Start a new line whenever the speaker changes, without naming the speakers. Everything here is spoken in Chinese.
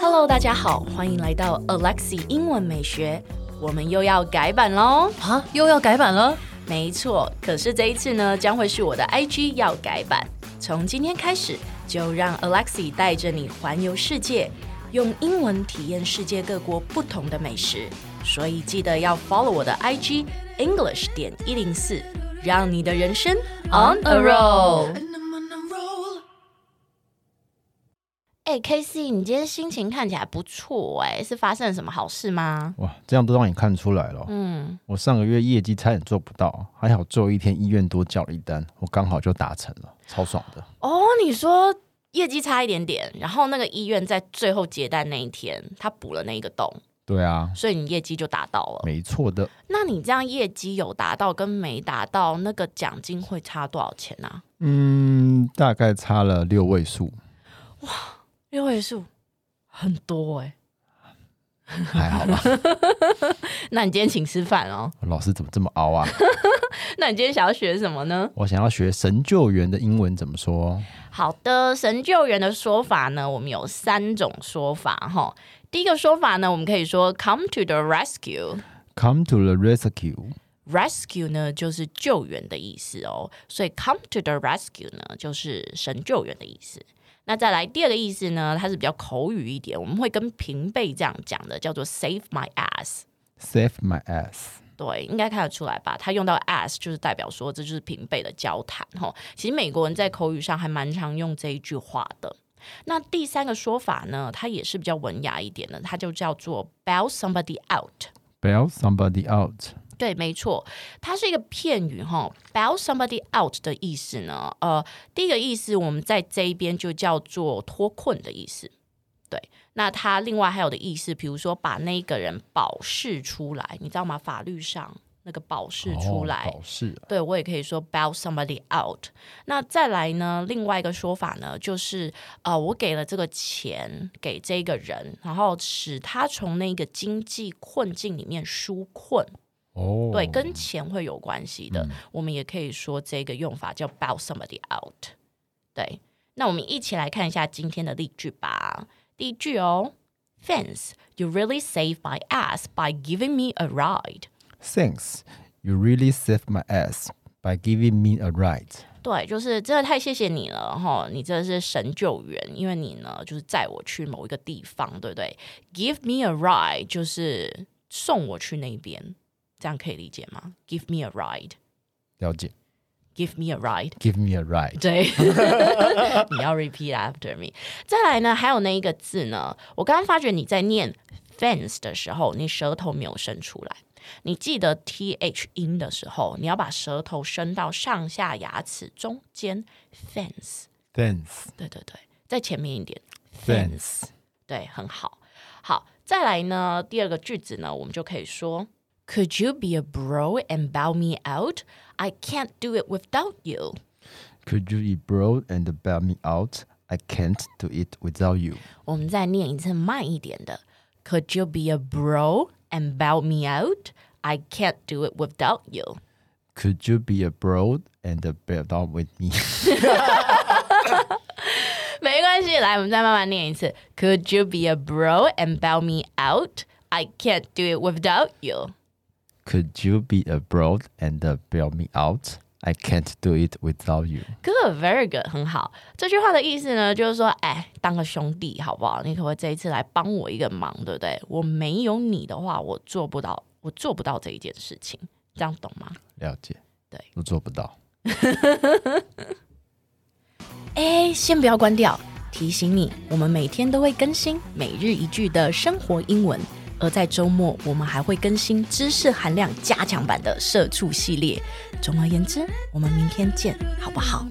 Hello，大家好，欢迎来到 Alexi 英文美学，我们又要改版喽。
啊，又要改版了？
没错，可是这一次呢，将会是我的 IG 要改版。从今天开始，就让 Alexi 带着你环游世界，用英文体验世界各国不同的美食。所以记得要 follow 我的 IG English 点一零四，让你的人生 on a roll。哎、k c 你今天心情看起来不错哎、是发生了什么好事吗？
哇，这样都让你看出来了。
嗯，
我上个月业绩差点做不到，还好最后一天医院多叫了一单，我刚好就达成了，超爽的。
哦，你说业绩差一点点，然后那个医院在最后结单那一天，他补了那一个洞，
对啊，
所以你业绩就达到了。
没错的。
那你这样业绩有达到跟没达到，那个奖金会差多少钱啊？
嗯，大概差了六位数，
六位数，很多哎、
还好 吧？
那你今天请吃饭哦。
老师怎么这么凹啊？
那你今天想要学什么呢？
我想要学神救援的英文怎么说？
好的，神救援的说法呢，我们有三种说法哈。第一个说法呢，我们可以说 “come to the rescue”。
Come to the rescue.
rescue 呢就是救援的意思哦，所以 come to the rescue 呢就是神救援的意思。那再来第二个意思呢，它是比较口语一点，我们会跟平辈这样讲的，叫做 save my ass。
Save my ass.
对，应该看得出来吧？他用到 as 就是代表说这就是平辈的交谈吼。其实美国人在口语上还蛮常用这一句话的。那第三个说法呢，它也是比较文雅一点的，它就叫做 bail somebody out。
Bail somebody out.
对，没错，它是一个片语哈。bail somebody out 的意思呢，呃，第一个意思我们在这一边就叫做脱困的意思。对，那它另外还有的意思，比如说把那个人保释出来，你知道吗？法律上那个保释出来，
哦、保释啊。
对我也可以说 bail somebody out。那再来呢，另外一个说法呢，就是呃，我给了这个钱给这个人，然后使他从那个经济困境里面纾困。
哦，
对，跟钱会有关系的。我们也可以说这个用法叫 bail somebody out。对，那我们一起来看一下今天的例句吧。第一句哦，Thanks, you really saved my ass by giving me a ride。
Thanks. You really saved my ass by giving me a ride.
对，就是真的太谢谢你了哈，你真的是神救援，因为你呢就是载我去某一个地方，对不对？Give me a ride 就是送我去那边，这样可以理解吗？Give me a ride,
了解。
give me a ride。
Give me a ride.
对， 你要 repeat after me。再来呢，还有那一个字呢，我刚刚发觉你在念 fence 的时候，你舌头没有伸出来。你记得 t h 音的时候，你要把舌头伸到上下牙齿中间。fence，
Thanks.
对对对，在前面一点。
Fence
对，很好。好，再来呢，第二个句子呢，我们就可以说。Could you be a bro and bow me out? I can't do it without you.
Could you be broad and bail me out? I can't do it without you.
我们再念一次慢一点的。Could you be a bro and bail me out? I can't do it without you.
Could you be a broad and bail out with me?
没关系，来，我们再慢慢念一次。Could you be a bro and bail me out? I can't do it without you.
Could you be a broad and bail me out? I can't do it without you.
Good, very good，很好。这句话的意思呢，就是说，哎，当个兄弟好不好？你可不可以这一次来帮我一个忙，对不对？我没有你的话，我做不到，我做不到这一件事情，这样懂吗？
了解。
对。
我做不到。
哎，先不要关掉，提醒你，我们每天都会更新每日一句的生活英文，而在周末我们还会更新知识含量加强版的社畜系列。总而言之，我们明天见，好不好？